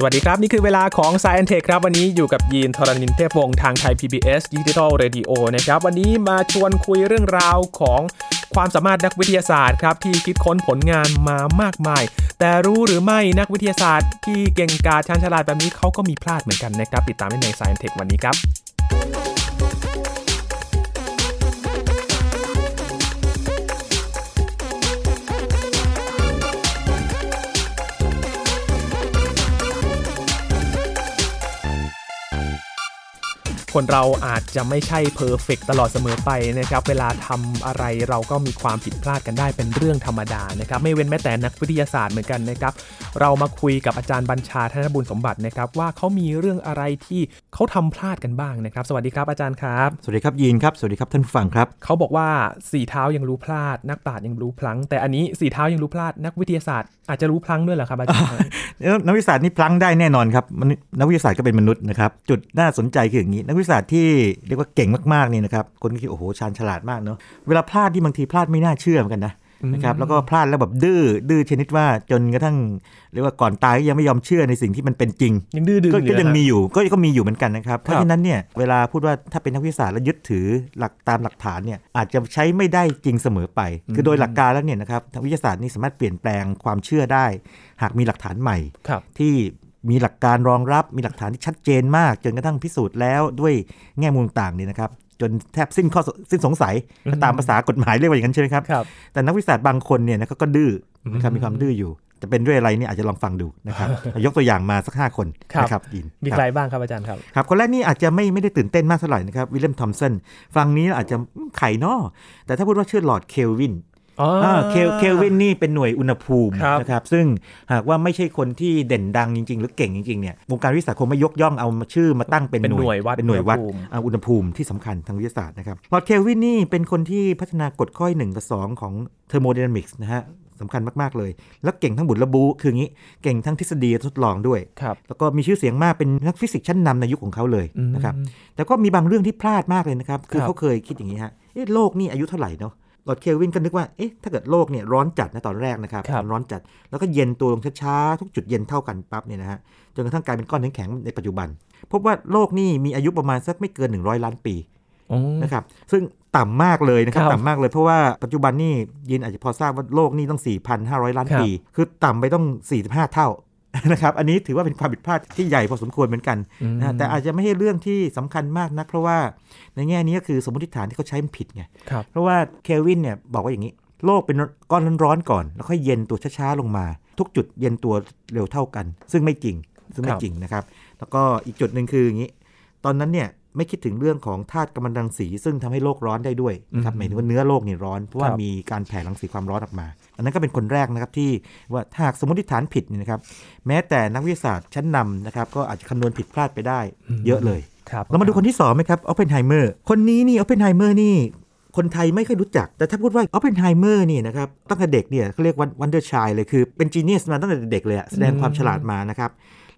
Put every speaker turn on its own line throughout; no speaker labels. สวัสดีครับ นี่คือเวลาของ s ายแอนเทคครับ วันนี้อยู่กับยีนทรณินเทพวงศ์ทางไทย PBS Digital Radio นะครับ วันนี้มาชวนคุยเรื่องราวของความสามารถนักวิทยาศาสตร์ครับ ที่คิดค้นผลงานมามากมาย แต่รู้หรือไม่นักวิทยาศาสตร์ที่เก่งกาจชาญฉลาดแบบนี้เขาก็มีพลาดเหมือนกันนะครับ ติดตามได้ใน s ายแอนเทควันนี้ครับ คนเราอาจจะไม่ใช่เพอร์เฟกตลอดเสมอไปนะครับ เวลาทำอะไรเราก็มีความผิดพลาดกันได้เป็นเรื่องธรรมดานะครับ ไม่เว้นแม้แต่นักวิทยาศาสตร์เหมือนกันนะครับ เรามาคุยกับอาจารย์บัญชาธนบุญสมบัตินะครับ ว่าเขามีเรื่องอะไรที่เขาทำพลาดกันบ้างนะครับ สวัสดีครับอาจารย์ครับ
สวัสดีครับยีนครับ สวัสดีครับท่านผู้ฟังครับ
เขาบอกว่าสี่เท้ายังรู้พลาด นักปราชญ์ยังรู้พลั้ง แต่อันนี้สี่เท้ายังรู้พลาดนักวิทยาศาสตร์อาจจะรู้พลั้งด้วยเหรอครับอาจารย์ครับ
แล้วนักวิทยาศาสตร์นี่พลั้งได้แน่นอนครับมนุษย์นักวิทยาศาสตร์ก็เป็นมนุษย์นะครับ จุดน่าสนใจคืออย่างนี้ นักวิทยาศาสตร์ที่เรียกว่าเก่งมากๆนี่นะครับ คนก็คิดโอ้โหชาญฉลาดมากเนาะ เวลาพลาดที่บางทีพลาดไม่น่าเชื่อเหมือนกันนะนะครับ แล้วก็พลาดแล้วแบบดื้อ ดื้อชนิดว่าจนกระทั่งเรียกว่าก่อนตายก็ยังไม่ยอมเชื่อในสิ่งที่มันเป็นจริง
ยังดื้อดึง
ก็
อยู่
ก็ยัง
นะ
มีอยู่ก็ก็มีอยู่เหมือนกันนะครับ
ค
เพ
รั
ราะ
บ
ฉะนั้นเนี่ยเวลาพูดว่าถ้าเป็นนักวิทยาศาสตร์แล้วยึดถือหลักตามหลักฐานเนี่ยอาจจะใช้ไม่ได้จริงเสมอไป คือโดยหลักการแล้วเนี่ยนะครับทางวิทยาศาสตร์นี่สามารถเปลี่ยนแปลงความเชื่อได้ หากมีหลักฐานใหม่
ครับ
ที่มีหลักการรองรับมีหลักฐานที่ชัดเจนมาก จนกระทั่งพิสูจน์แล้วด้วยแง่มุมต่างๆเนี่ยนะครับจนแทบสิ้นข้อสสิ้นสงสัย
อืม
ตามภาษากฎหมายเรียกว่าอย่างนั้นใช่ไหมครับ
ครับ
แต่นักวิทยาศาสตร์บางคนเนี่ยนะก็ก็ดื้อนะครับ
อืม
มีความดื้ออยู่ จะเป็นด้วยอะไรเนี่ยอาจจะลองฟังดูนะครับ ยกตัวอย่างมาสักห้าคน
ครับ
นะครับอิน
มี
ค
ใคร
รับ
บ้างครับอาจารย์ครับ
ครับ คนแรกนี่อาจจะไม่ไม่ได้ตื่นเต้นมากเท่าไหร่นะครับวิลเลมทอมสันฟังนี้อาจจะอืมไข่นอแต่ถ้าพูดว่าชื่อหลอร์ดเคลวิน อ่าเคลเคลวินนี่เป็นหน่วยอุณหภูมิ
ครับ
นะครับซึ่งหากว่าไม่ใช่คนที่เด่นดังจริง ๆ หรือเก่งจริงๆเนี่ยวงการวิทยาศาสตร์คงไม่ยกย่องเอาชื่อมาตั้งเป็น
เป็นหน่วยวัด
เป็นหน่วยวัด
อุณหภูมิ
อ่าอุณหภูมิที่สำคัญทางวิทยาศาสตร์นะครับลอร์ดเคลวินนี่เป็นคนที่พัฒนากฎข้อที่หนึ่งกับสองของเทอร์โมไดนามิกส์นะฮะสำคัญมาก ๆ เลย แล้วเก่งทั้งบุตรระบูคืออย่างนี้เก่งทั้งทฤษฎีและทดลองด้วย
ครับ
แล้วก็มีชื่อเสียงมากเป็นนักฟิสิกส์ชั้นนำในยุคของเขาเลย
อืม
นะครับ แต่ก็มีบางเรื่องที่พลาดมากเลยนะครับ คือ
ครับ
เขาเคยคิดอย่างนี้ฮะ เอ๊ะโลกนี่อายุเท่าไหร่เนาะลอร์ดเคลวินก็นึกว่า เอ๊ะ ถ้าเกิดโลกเนี่ยร้อนจัดนะตอนแรกนะครับ
ครับ
ร้อนจัด แล้วก็เย็นตัวลงช้าๆ ทุกจุดเย็นเท่ากันปั๊บเนี่ยนะฮะ จนกระทั่งกลายเป็นก้อนแข็งๆในปัจจุบัน พบว่าโลกนี่มีอายุประมาณสักไม่เกิน 100 ล้านปี
อ๋อ
นะครับซึ่งต่ำมากเลยนะครับ
ครับ
ต่ำมากเลยเพราะว่าปัจจุบันนี่ยินอาจจะพอทราบว่าโลกนี่ต้อง 4,500 ล้าน
ครับ
ปี คือต่ำไปต้อง 45 เท่า นะครับอันนี้ถือว่าเป็นความผิดพลาดที่ใหญ่พอสมควรเหมือนกัน
อืม
นะฮะแต่อาจจะไม่ใช่เรื่องที่สำคัญมากนัก เพราะว่าในแง่นี้ก็คือสมมติฐานที่เขาใช้มันผิดไง
ครับ
เพราะว่าเคลวินเนี่ยบอกว่าอย่างนี้ โลกเป็นก้อนร้อนๆก่อน แล้วค่อยเย็นตัวช้าๆลงมา ทุกจุดเย็นตัวเร็วเท่ากัน ซึ่งไม่จริงซึ่ง
ค
ไม่
รับ
จริงนะครับ แล้วก็อีกจุดหนึ่งคืออย่างนี้ ตอนนั้นเนี่ยไม่คิดถึงเรื่องของธาตุกัมมันตรังสี ซึ่งทำให้โลกร้อนได้ด้วยนะครับ
อืม
หมายถึงว่าเนื้อโลกเนี่ยร้อน เพราะว่า
ครับ
มีการแผ่รังสีความร้อนออกมา อันนั้นก็เป็นคนแรกนะครับที่ว่าถ้าหากสมมติฐานผิดเนี่ยนะครับ แม้แต่นักวิทยาศาสตร์ชั้นนำนะครับก็อาจจะคำนวณผิดพลาดไปได้
อืม
เยอะเลย
ครับ
เรามาดูคนที่สองไหมครับ ออปเพนไฮเมอร์ คนนี้นี่ ออปเพนไฮเมอร์นี่ คนไทยไม่ค่อยรู้จัก แต่ถ้าพูดว่า ออปเพนไฮเมอร์นี่นะครับ ตั้งแต่เด็กเนี่ยเขาเรียกวันวันเดอร์ชายเลย คือเป็นจีเนียสมาตั้งแต่เด็กเลยอะแสดงความฉลาดมานะครับ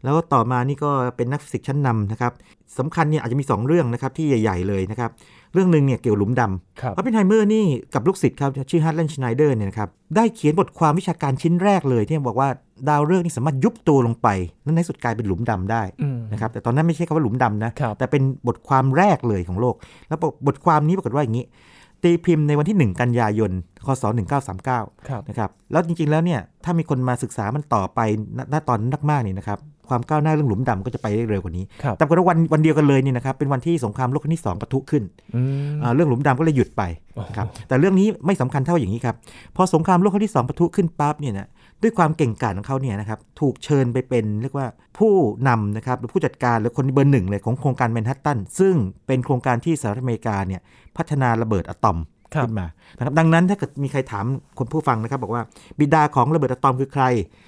แล้วก็ต่อมานี่ก็เป็นนักฟิสิกส์ชั้นนำนะครับสำคัญเนี่ยอาจจะมี 2 เรื่องนะครับที่ใหญ่ ๆ เลยนะครับ เรื่องหนึ่งเนี่ยเกี่ยวหลุมดำ
ครับ
ออปเพนไฮเมอร์นี่กับลูกศิษย์ครับชื่อฮัตแลนชไนเดอร์เนี่ยนะครับได้เขียนบทความวิชาการชิ้นแรกเลยที่บอกว่าดาวฤกษ์นี่สามารถยุบตัวลงไปนั่นในสุดกลายเป็นหลุมดำได้
อืม
นะครับแต่ตอนนั้นไม่ใช่คำว่าหลุมดำนะครับ แต่เป็นบทความแรกเลยของโลก แล้วบทความนี้ปรากฏว่าอย่างนี้ ตีพิมพ์ในวันที่ 1 กันยายนคศ
ครับ
1939นะครับแล้วจริงๆแล้วเนี่ยถ้ามีคนมาศึกษามันต่อไปณณตอนนั้นมากๆเนี่ยนะครับความก้าวหน้าเรื่องหลุมดำก็จะไปได้เร็วกว่านี้
ครับ
แต่ปรากฏว่าวันวันเดียวกันเลยเนี่ยนะครับเป็นวันที่สงครามโลกครั้งที่สองปะทุขึ้น
อืม
อ่าเรื่องหลุมดำก็เลยหยุดไป
โอ้โห
ครับแต่เรื่องนี้ไม่สำคัญเท่าอย่างนี้ครับ พอสงครามโลกครั้งที่ 2ปะทุขึ้นปั๊บเนี่ยนะด้วยความเก่งกาจของเขาเนี่ยนะครับถูกเชิญไปเป็นเรียกว่าผู้นำนะครับหรือผู้จัดการหรือคนเบอร์หนึ่งเลยของโครงการแมนฮัตตัน ซึ่งเป็นโครงการที่สหรัฐอเมริกาเนี่ยพัฒนาระเบิดอะตอม
ครับ
ขึ้นมานะครับดังนั้นถ้าเกิดมีใครถามคนผู้ฟังนะครับ บอกว่าบิดาของระเบิดอะตอมคือใคร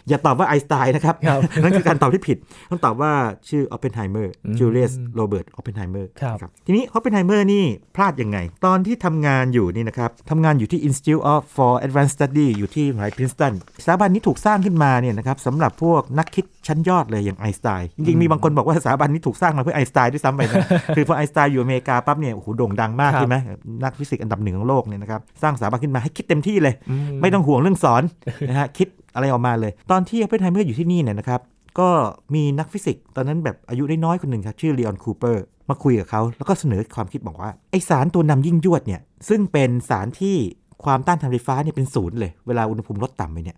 อย่าตอบว่าไอน์สไตน์นะครับ
ครับ
นั่นคือการตอบที่ผิดต้องตอบว่าชื่อออปเพนไฮเมอร์
อืม
จูเลียสโรเบิร์ตออปเพนไฮเมอร์
ครับ
ครับทีนี้ฮอปเปนไฮเมอร์นี่พลาดยังไง ตอนที่ทำงานอยู่นี่นะครับทำงานอยู่ที่ Institute of for Advanced Study อยู่ที่มหาวิทยาลัยพรินสตันสถาบันนี้ถูกสร้างขึ้นมาเนี่ยนะครับสำหรับพวกนักคิดชั้นยอดเลยอย่างไอน์สไตน์จริง ๆ มีบางคนบอกว่าสถาบันนี้ถูกสร้างมาเพื่อไอน์สไตน์ด้วยซ้ำไป นะ คือพอไอน์สไตน์อยู่อเมริกาปั๊บเนี่ยโอ้โหโด่งดังมาก
ครับ
ใช่ไหมนักฟิสิกส์อันดับหนึ่งของโลกเนี่ยนะครับสร้างสถาบันขึ้นมาให้คิดเต็มที่เลย
อื
ไม่ต้องห่วงเรื่องสอน นะฮะคิดอะไรออกมาเลย ตอนที่ออปเพนไฮเมอร์อยู่ที่นี่เนี่ยนะครับ ก็มีนักฟิสิกส์ตอนนั้นแบบอายุน้อยๆคนหนึ่งครับ ชื่อเล o อนคูเปอร์มาคุยกับเขา แล้วก็เสนอความคิดบอกว่า ไอสารตัวนำยิ่งยวดเนี่ย ซึ่งเป็นสารที่ความต้านทานไฟฟ้าเนี่ยเป็นศูนย์เลย เวลาอุณหภูมิลดต่ำไปเนี่ย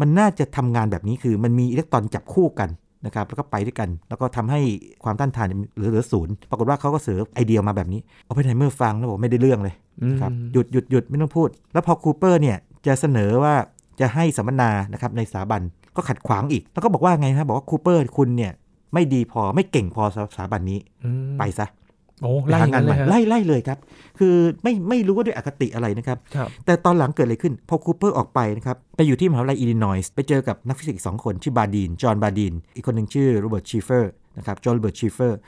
มันน่าจะทำงานแบบนี้คือมันมีอิเล็กตรอนจับคู่กันนะครับแล้วก็ไปด้วยกัน แล้วก็ทำให้ความต้านทานเนี่ยเหลือเหลือศูนย์ปรากฏว่าเขาก็เสนอไอเดียมาแบบนี้เอาไปไทเมอร์ฟังแล้วบอกไม่ได้เรื่องเลย ครับหยุดหยุดหยุดไม่ต้องพูด แล้วพอคูเปอร์เนี่ยจะเสนอว่าจะให้สัมมนานะครับในสถาบันก็ขัดขวางอีก แล้วก็บอกว่าไงฮะบอกว่าคูเปอร์คุณเนี่ยไม่ดีพอไม่เก่งพอสำหรับสถาบันนี้
อืม
ไปซะ
โอ้
ไป
ไล่อ
หา
ย่าง
งาน
น
ให
เล
ม่
ยฮะ
ไล่ไล่เลยครับ คือไม่ไม่รู้ว่าด้วยอคติอะไรนะครับ
ครับ
แต่ตอนหลังเกิดอะไรขึ้น พอคูเปอร์ออกไปนะครับ ไปอยู่ที่มหาวิทยาลัยอิลลินอยส์ไปเจอกับนักฟิสิกส์อีกสองคน ชื่อบาดีน จอห์นบาดีน อีกคนหนึ่งชื่อโรเบิร์ตชีเฟอร์นะครับจอห์นโรเบิร์ตชีเฟอร์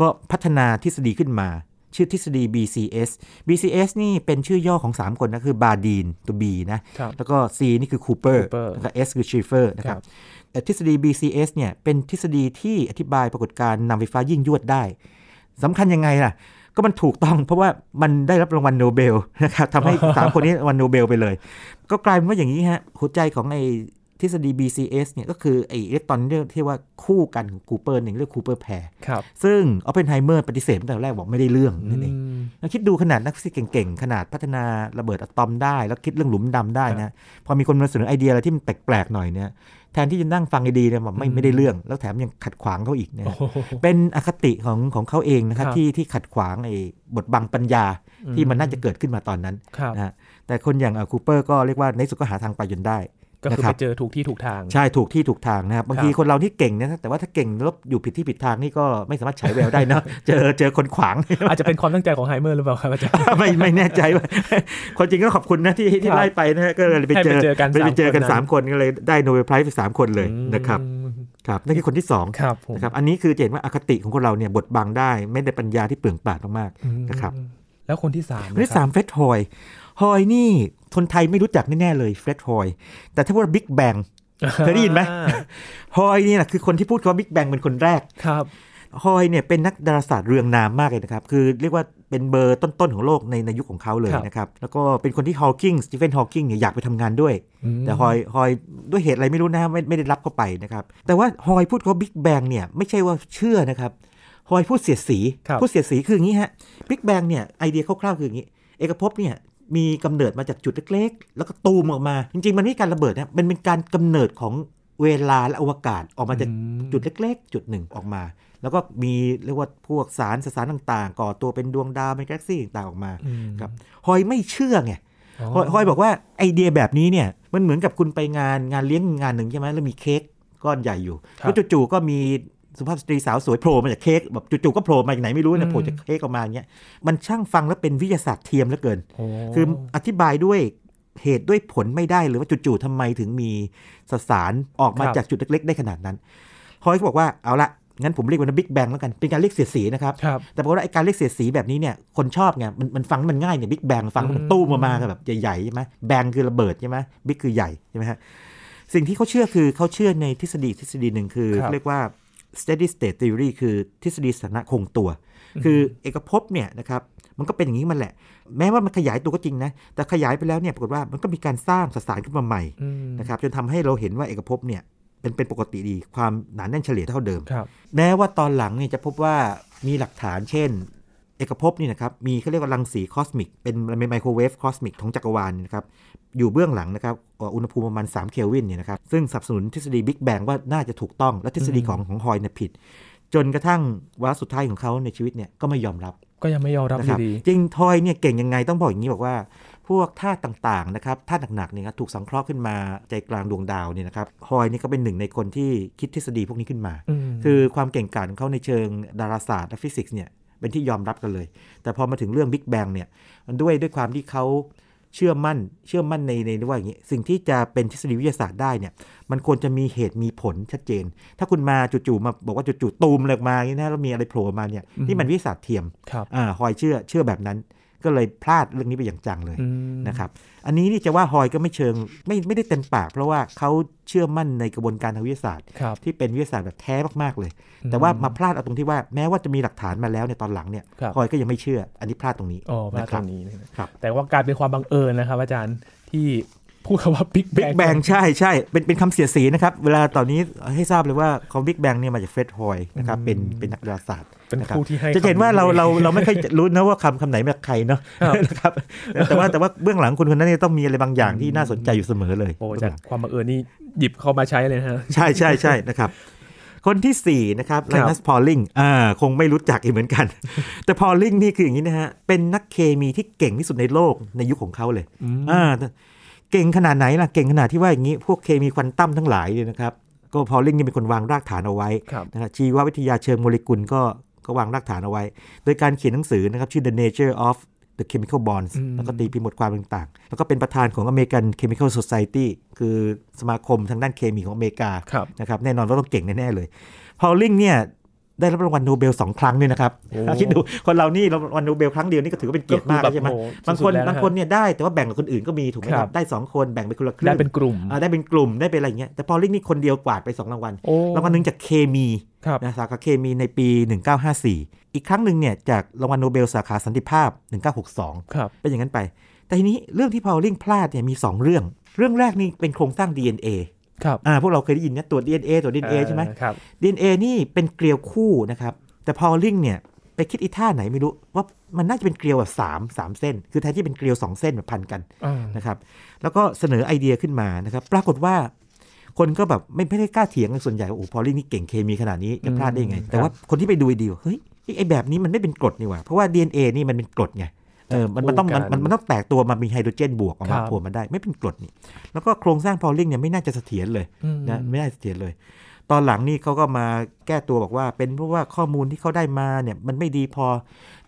ก็พัฒนาทฤษฎีขึ้นมา ชื่อทฤษฎี BCS BCS นี่เป็นชื่อย่อของ 3 คนนะคือบาดีนตัว B นะ
ครับ
แล้วก็ C นี่คือคูเปอร์
Cooper
แล้วก็ S คือชีเฟอร์นะครั
ครับ บ
เอ่อทฤษฎี BCS เนี่ยเป็นทฤษฎีที่อธิบายปรากฏการณ์นำไฟฟ้ายิ่งยวดได้สำคัญยังไงล่ะ ก็มันถูกต้องเพราะว่ามันได้รับรางวัลโนเบล นะครับทำให้ สามคนนี้รางวัลโนเบลไปเลย ก็กลายเป็นว่าอย่างนี้ฮะหัวใจของไอ้ทฤษฎี BCS เนี่ยก็คือไอ้อิเล็กตรอนเรียกที่ว่าคู่กันของคูเปอร์หนึ่งเรียกคูเปอร์แพร
ครับ
ซึ่งออปเพนไฮเมอร์ปฏิเสธตั้งแต่แรกบอกไม่ได้เรื่องนั่นเอง
อืม
แล้วคิดดูขนาดนักฟิสิกส์เก่งๆ ขนาดพัฒนาระเบิดอะตอมได้ แล้วคิดเรื่องหลุมดำได้นะ พอมีคนมาเสนอไอเดียอะไรที่มันแปลกๆหน่อยเนี่ยแทนที่จะนั่งฟังไอเดียเนี่ยมันไม่
อืม
ไม่ได้เรื่อง แล้วแถมยังขัดขวางเขาอีกเนี่ย
โอ้โห
เป็นอคติของของเขาเองนะครับ
ครับ
ที่ที่ขัดขวางไอ้บทบังปัญญาที่
อืม
มันน่าจะเกิดขึ้นมาตอนนั้น
ครับ
นะฮะแต่คนอย่างคูเปอร์ก็เรียกว่าในสุดก็หาทางไปจนได้
ก็คือ
นะครั
ไป
บ
เจอถูกที่ถูกทาง
ใช่ถูกที่ถูกทางนะครับบางที
ครับ
คนเราที่เก่งนะแต่ว่าถ้าเก่งแล้วอยู่ผิดที่ผิดทางนี่ก็ไม่สามารถฉายแววได้เน อะเจอเจอคนขวาง
อาจจะเป็นความตั้งใจของไฮเมอร์หรือเปล่าครับอาจารย์
ไม่ไม่แน่ใจว่า คนจริงก็ขอบคุณนะที่ที่
ครับ
ไล่ไปนะฮะก็เลยไปเจอ
ให้ไปเจอกัน
ไปเจอกัน
สา
สาม ม
ค
คน นก็เลยได้โนเบลไพรส์ไปสามคนเลยนะครับครับนั่นคือคนที่สอง
ครับผม
นะครับอันนี้คือจะเห็นว่าอคติของคนเราเนี่ยบดบังได้ ไม่ได้ปัญญาที่เปลืองปราดมาก
อืม
ๆนะครับ
แล้วคนที่สาม
อัน
นะค
ที่
รับ
สามเฟรดฮอยฮอยนี่คนไทยไม่รู้จักแน่ๆเลยเฟรดฮอยแต่ถ้าพูดบิ๊กแบง เคยได้ยินไหม ฮอยนี่แหละคือคนที่พูดคำว่าบิ๊กแบงเป็นคนแรก
ครับ
ฮอยเนี่ยเป็นนักดาราศาสตร์เรืองนามมากเลยนะครับ คือเรียกว่าเป็นเบอร์ต้น ๆ ของโลกในในยุคของเขาเลยนะครับ แล้วก็เป็นคนที่ฮอ w กิงสตีเฟนฮอ w กิงเนี่ยอยากไปทำงานด้วย แต่ฮอยฮอยด้วยเหตุอะไรไม่รู้นะไม่ไม่ได้รับเข้าไปนะครับ แต่ว่าฮอยพูดเขาบิ๊กแบงเนี่ยไม่ใช่ว่าเชื่อนะครับฮอยพูดเสียดสี พูดเสียดสีคืออย่างนี้ฮะบิ๊กแบงเนี่ยไอเดียคร่าวๆคืออย่างนี้ เอกภพเนี่ยมีกำเนิดมาจากจุดเล็กๆ แล้วก็ตูมออกมา จริงๆ มันไม่ใช่การระเบิดนะมันเป็นการกำเนิดของเวลาและอวกาศออกมาจาก จุดเล็กๆ จุดหนึ่งออกมา แล้วก็มีเรียกว่าพวกสารสสารต่างๆ ก่อตัวเป็นดวงดาวเป็นกาแล็กซี่ต่างๆออกมา
อืม
ครับฮอยไม่เชื่อไง
อ๋อ
ฮอยฮอยบอกว่าไอเดียแบบนี้เนี่ยมันเหมือนกับคุณไปงานงานเลี้ยงงานหนึ่งใช่ไหมแล้วมีเค้กก้อนใหญ่อยู่
ครับ
แล้วจู่ๆก็มีสุภาพสตรีสาวสวยโผล่มาจากเค้กแบบจู่ๆก็โผล่มาจากไหนไม่รู้
อื
นะ
ม
โผล่จากเค้กออกมาอย่างเงี้ยมันช่างฟังแล้วเป็นวิทยาศาสตร์เทียมเหลือเกิน
โอ้
คืออธิบายด้วยเหตุด้วยผลไม่ได้หรือว่าจู่ๆทำไมถึงมีสสารออกมาจากจุดเล็กๆ ได้ขนาดนั้นฮอยก็บอกว่าเอาละงั้นผมเรียกมันว่าบิ๊กแบงแล้วกัน เป็นการเรียกเสียดสีนะครับ
ครับ
แต่ปรากฏว่าไอการเรียกเสียดสีแบบนี้เนี่ยคนชอบไงมันมันฟังมันง่ายเนี่ยบิ๊กแบงฟังมัน
อืม
ตู้มามาแบบใหญ่ๆใช่ไหมแบงคือระเบิดใช่ไหมบิ๊กคือใหญ่ใช่ไหมฮะสิ่งที่เขาเชื่อคือเขาเชื่อในทฤษฎีทฤษฎีหนึ่งคือ
ครับ
เรียกว่า steady state theory คือทฤษฎีสถานะคงตัว คือเอกภพเนี่ยนะครับมันก็เป็นอย่างนี้มันแหละ แม้ว่ามันขยายตัวก็จริงนะแต่ขยายไปแล้วเนี่ยปรากฏว่ามันก็มีการสร้างสสารขึ้นมาใหม่
อืม
นะครับจนทำให้เราเห็นว่าเอกภพเนี่ยเป็นเป็นปกติดีความหนาแน่นเฉลี่ยเท่าเดิม
ครับ
แม้ว่าตอนหลังเนี่ยจะพบว่ามีหลักฐานเช่น เอกภพนี่นะครับมีเขาเรียกว่ารังสีคอสมิก เป็นไมโครเวฟคอสมิกของจักรวาลเนี่ยนะครับอยู่เบื้องหลังนะครับเอ่ออุณหภูมิประมาณ 3 เคลวินเนี่ยนะครับซึ่งสนับสนุนทฤษฎีบิ๊กแบงว่าน่าจะถูกต้อง และทฤษฎีของของฮอยเนี่ยผิด จนกระทั่งวาระสุดท้ายของเขาในชีวิตเนี่ยก็ไม่ยอมรับ
ก็ยังไม่ยอมรับ
นะ
อ
ครับ
ยู่ดี
จริงทอยเนี่ยเก่งยังไงต้องบอกอย่างนี้บอกว่า พวกธาตุต่างๆนะครับธาตุหนักๆเนี่ยครับถูกสังเคราะห์ขึ้นมาใจกลางดวงดาวเนี่ยนะครับฮอยนี่ก็เป็นหนึ่งในคนที่คิดทฤษฎีพวกนี้ขึ้นมา
ม
คือความเก่งกาจของเขาในเชิงดาราศาสตร์และฟิสิกส์เนี่ยเป็นที่ยอมรับกันเลย แต่พอมาถึงเรื่อง Big Bang เนี่ยมันด้วยด้วยความที่เขาเชื่อมั่น เชื่อมั่นในในเรียกว่าอย่างนี้ สิ่งที่จะเป็นทฤษฎีวิทยาศาสตร์ได้เนี่ยมันควรจะมีเหตุมีผลชัดเจน ถ้าคุณมาจู่ๆมาบอกว่าจู่ๆตูมอะไรออกมาอย่างนี้นะแล้วมีอะไรโผล่มาเนี่ยนี่มันวิทยาศาสตร์เทียม
ครับ
อ่าฮอยเชื่อเชื่อแบบนั้น ก็เลยพลาดเรื่องนี้ไปอย่างจังเลย
อืม
นะครับ อันนี้นี่จะว่าฮอยก็ไม่เชิงไม่ไม่ได้เต็มปาก เพราะว่าเขาเชื่อมั่นในกระบวนการทางวิทยาศาสตร์
ครับ
ที่เป็นวิทยาศาสตร์แบบแท้มาก ๆ เลย
อืม
แต่ว่ามาพลาดเอาตรงที่ว่าแม้ว่าจะมีหลักฐานมาแล้วในยตอนหลังเนี่ย
ครับ
พลอยก็ยังไม่เชื่อ อันนี้พลาดตรงนี้
อ๋อมา
นะ
ตร
ครับ
งนี้นะครับ แต่ว่าการเป็นความบังเอิญนะครับ อาจารย์ที่ พูดคำว่าบิ๊ก
บิ๊กแบงใช่ใช่เป็นเป็นคำเสียดสีนะครับ เวลาตอนนี้ให้ทราบเลยว่าคำบิ๊กแบงเนี่ยมาจากเฟรดฮอยนะครับเป็นเป็นนักดาราศาสตร์
เป็น
นะครับ
คู่ที่ให้
จะเห็นว่า
คำ
เราเรา
อง
เราไม่ค่อยจะรู้นะว่าคำคำไหนมาจากใครเนาะ
ครับ
นะครับแต่ว่าแต่ว่าเบื้องหลังคนคนนั้นเนี่ยต้องมีอะไรบางอย่างที่น่าสนใจอยู่เสมอเลย
โอ้
เบื้องห
จา
ลั
ก
ง
ความบังเอิญนี่หยิบเข้ามาใช้เลยนะฮะ
ใช่ใช่ใช่นะครับ คนที่ 4 นะครับ
ครั
ไล
บ
นัสพอลลิงอ่าคงไม่รู้จักอีกเหมือนกัน แต่พอลลิงนี่คืออย่างนี้นะฮะ เป็นนักเคมีที่เก่งที่สุดในโลกในยุคของเขาเลยอ่าเก่งขนาดไหนล่ะ เก่งขนาดที่ว่าอย่างนี้ พวกเคมีควอนตัมทั้งหลายเนี่ยนะครับ ก็พอลลิงนี่เป็นคนวางรากฐานเอาไว้
ครับ
นะฮะชีววิทยาเชิงโมเลกุลก็ก็วางรากฐานเอาไว้ โดยการเขียนหนังสือนะครับ ชื่อ The Nature of The Chemical Bonds
อืม
แล้วก็ตีพิมพ์บทความต่างๆ แล้วก็เป็นประธานของ American Chemical Society คือสมาคมทางด้านเคมีของอเมริกา
ครับ
นะครับแน่นอนว่าต้องเก่งแน่ ๆ เลย พอลลิงเนี่ยได้รับรางวัลโนเบลสองครั้งด้วยนะครับ
โอ้
คิดดูคนเรานี่รางวัลโนเบลครั้งเดียวนี่ก็ถือว่าเป็นเกียรติมากแล้วใช่ไหม
ก็อแบบ
างคน
โอ้สุดๆแล้วะฮะ
บางคนเนี่ยได้แต่ว่าแบ่งกับคนอื่นก็มีถูกไหม
ค
ค
รั
รับบ ได้สองคนแบ่งไปคนละครึ่
ได้
ง
เป็นกลุ่ม
อ่าได้เป็นกลุ่มได้เป็นอะไรอย่างเงี้ยแต่พอลลิงนี่คนเดียวกวาดไปสองรางวัล
โอ้
รางวัลหนึ่งจากเคมี
ครับ
นะสาขาเคมีในปี 1954 อีกครั้งหนึ่งเนี่ยจากรางวัลโนเบลสาขาสันติภาพ 1962
ครับ
เป็นอย่างนั้นไป แต่ทีนี้เรื่องที่พอลลิงพลาดเนี่ยมีสองเรื่อง เรื่องแรกนี่เป็นโครงสร้าง DNA
ครับ
อ่าพวกเราเคยได้ยินนะตรวจ DNA ตรวจ DNA ใช่ไหม
อ่าครับ
DNA นี่เป็นเกลียวคู่นะครับ แต่พอลลิงเนี่ย ไปคิดอีท่าไหนไม่รู้ ว่ามันน่าจะเป็นเกลียวแบบ3 3 เส้น คือแทนที่เป็นเกลียว 2 เส้นแบบพันกัน
อ่า
นะครับ แล้วก็เสนอไอเดียขึ้นมานะครับ ปรากฏว่า คนก็แบบไม่ไม่ได้กล้าเถียงกันส่วนใหญ่ว่าโอ้พอลลิงนี่เก่งเคมีขนาดนี้จะพลาดได้ยังไง แต่ว่าคนที่ไปดูดีว่าเฮ้ยไอแบบนี้มันไม่เป็นกรดนี่หว่าเพราะว่า DNA นี่มันเป็นกรดไงเออมันมันต้องมันมันมันต้องแตกตัวมามีไฮโดรเจนบวกออกมาโผล่มาได้ไม่เป็นกรดนี่ แล้วก็โครงสร้างพอลลิงเนี่ยไม่น่าจะเสถียรเลย
อืม
นะไม่ได้เสถียรเลย ตอนหลังนี่เขาก็มาแก้ตัวบอกว่า เป็นเพราะว่าข้อมูลที่เขาได้มาเนี่ยมันไม่ดีพอ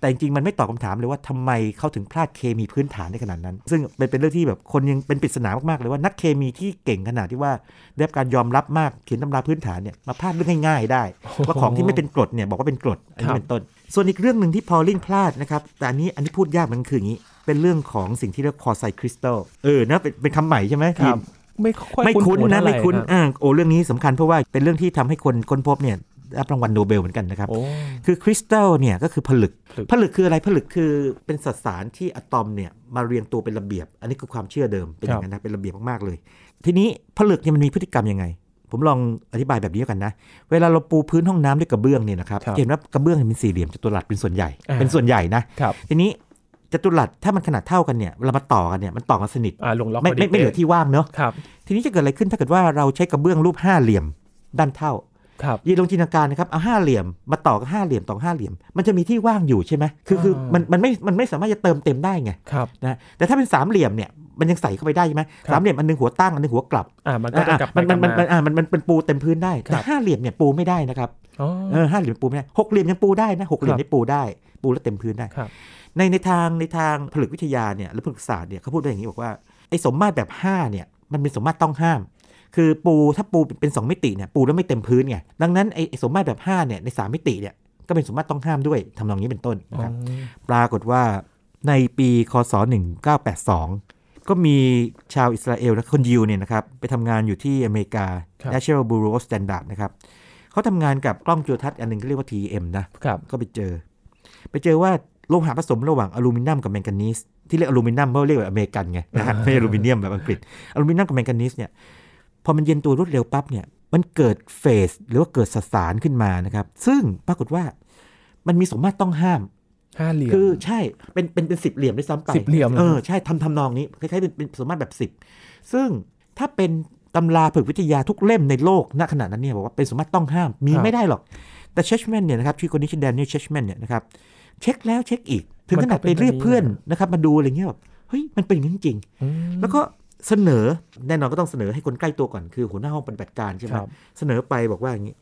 แต่จริงๆ มันไม่ตอบคำถามเลยว่าทำไมเขาถึงพลาดเคมีพื้นฐานได้ขนาดนั้น ซึ่งเป็นเป็นเรื่องที่แบบคนยังเป็นปริศนามากๆเลยว่านักเคมีที่เก่งขนาดที่ว่าได้รับการยอมรับมากเขียนตำราพื้นฐานเนี่ยมาพลาดเรื่องง่าย ๆ ได้ว่าของที่ไม่เป็นกรดเนี่ยบอกว่าเป็นกรดอั
ค
น
รั
นี้
บ
เป็นต้น ส่วนอีกเรื่องหนึ่งที่พอลลิงพลาดนะครับแต่อันนี้อันนี้พูดยากมันคืออย่างนี้ เป็นเรื่องของสิ่งที่เรียกคอไซคริสตัลเออนะเป็นเป็นคำใหม่ใช่ไหม
ค
ที
รับ
ม
ไม่ค่อย
ไม่คุ้น
หู
นะ
เท่าหร่
ไม่คุ้นอ่าโอ้เรื่องนี้สำคัญเพราะว่าเป็นเรื่องที่ทำให้คนค้นพบเนี่ยรับรางวัลโนเบลเหมือนกันนะครับ
โอ้
คือคริสตัลเนี่ยก็คือผลึก
ผลึก
ผลึกคืออะไรผลึกคือเป็นสสารที่อะตอมเนี่ยมาเรียงตัวเป็นระเบียบ อันนี้คือความเชื่อเดิมเป็นอย่างนั้นนะเป็นระเบียบมากๆเลย ทีนี้ผลึกเนี่ยมันมีพฤติกรรมยังไง ผมลองอธิบายแบบนี้แล้วกันนะ เวลาเราปูพื้นห้องน้ำด้วยกระเบื้องเนี่ยนะครับ
ครับ
จะเห็นว่ากระเบื้องเนี่ยเป็นสี่เหลี่ยมจัตุรัสเป็นส่วนใหญ่
อ่า
เป็นส่วนใหญ่นะครับ ทีนี้จัตุรัสถ้ามันขนาดเท่ากันเนี่ยเวลามาต่อกันเนี่ยมันต่อกันสนิท
อ่าลงล็อก
ไม่ไม่ไม่เหลือที่ว่างเนอะ
ครับ
ทีนี้จะเกิดอะไรขึ้นถ้าเกิดว่าเราใช้กระเบื้องรูปห้าเหลี่ยมด้านเท่า
ครับ
ยีนลองจินตนาการนะครับเอาห้าเหลี่ยมมาต่อกับห้าเหลี่ยมต่อห้าเหลี่ยม มันจะมีที่ว่างอยู่ใช่ไหมคือคือ
อ่ามั
มันมันไม่มันไม่สามารถจะเติมเต็มได้ไง
ครับ
นะแต่ถ้าเป็นสามเหลี่ยมเนี่ยมันยังใส่เข้าไปได้ใช่ไหม
ครับ
สามเหลี่ยมอันหนึงหัวตั้งอันหนึงหัวกลับ
อ่ามันก็จะ
อ่ะ
กลับไป
มันมัน
กลับ
มันมั
มา
นอ่ะมันมันเป็นปูเต็มพื้นได้
ครับ
แต่ห้าเหลี่ยมเนี่ยปูไม่ได้นะครับ
อ๋อ
เออห้าเหลี่ยมปูไม่ได้หกเหลี่ยมยังปูได้นะหกเหลี่ยมนี่ปูได้ ปูแล้วเต็มพื้นได้
ครับ
ในในทางในทางผลึกวิทยาเนี่ยหรือผลึกศาสตร์เนี่ยเขาพูดไว้อย่างนี้บอกว่าไอ้สมมาตรแบบ5เนี่ยมันเป็นสมมาตรต้องห้าม คือปูถ้าปูเป็น 2 มิติเนี่ยปูแล้วไม่เต็มพื้นไงดังนั้นไอ้ไอ้สมมาตรแบบ5เนี่ยใน 3 มิติเนี่ยก็เป็นสมมาตรต้องห้ามด้วยทำนองนี้เป็นต้นนะครับปรากฏว่าในปีคศ 1982 ก็มีชาวอิสราเอลและคนยิวเนี่ยนะครับไปทำงานอยู่ที่อเมริกา
ครับ
National Bureau of Standard นะครับเขาทำงานกับกล้องจุลทรรศน์อันหนึงที่เรียกว่า TEM นะ
ครับ
ก็ไปเจอ ไปเจอว่าโลหะผสมระหว่างอลูมิเนียมกับแมงกานีสที่เรียกอลูมิเนียมเพราะเรียกแบบอเมริกันไงนะฮะ ไม่ใช่อลูมิเนียมแบบอังกฤษอลูมิเนียมกับแมงกานีสเนี่ยพอมันเย็นตัวรวดเร็วปั๊บเนี่ยมันเกิดเฟสหรือว่าเกิดสสารขึ้นมานะครับ ซึ่งปรากฏว่ามันมีสมมาตรต้องห้าม
ห้าเหลี่ยม
คือใช่เป็นเป็นเป็นสิบเหลี่ยมด้วยซ้ำไป
สิบเหลี่ยมเหรอ
เออใช่ทำทำนองนี้คล้ายๆเป็นเป็นสมมาตรแบบสิบซึ่งถ้าเป็นตำราผึกวิทยาทุกเล่มในโลกณขณะนั้นเนี่ยบอกว่าเป็นสมมาตรต้องห้ามมีไม่ได้หรอก แต่เชชแมนเนี่ยนะครับชื่อคนนี้ชื่อแดเนียลเชชแมนเนี่ยนะครับเช็คแล้วเช็คอีก ถึงขนาดไปเรียกเพื่อนนะครับมาดูอะไรเงี้ยแบบเฮ้ยมันเป็นอย่างนี้จริง
อืม
แล้วก็เสนอแน่นอนก็ต้องเสนอให้คนใกล้ตัวก่อนคือหัวหน้าห้องปฏิบัติการใช่ไหม
ครับ
เสนอไปบอกว่าอย่างนี้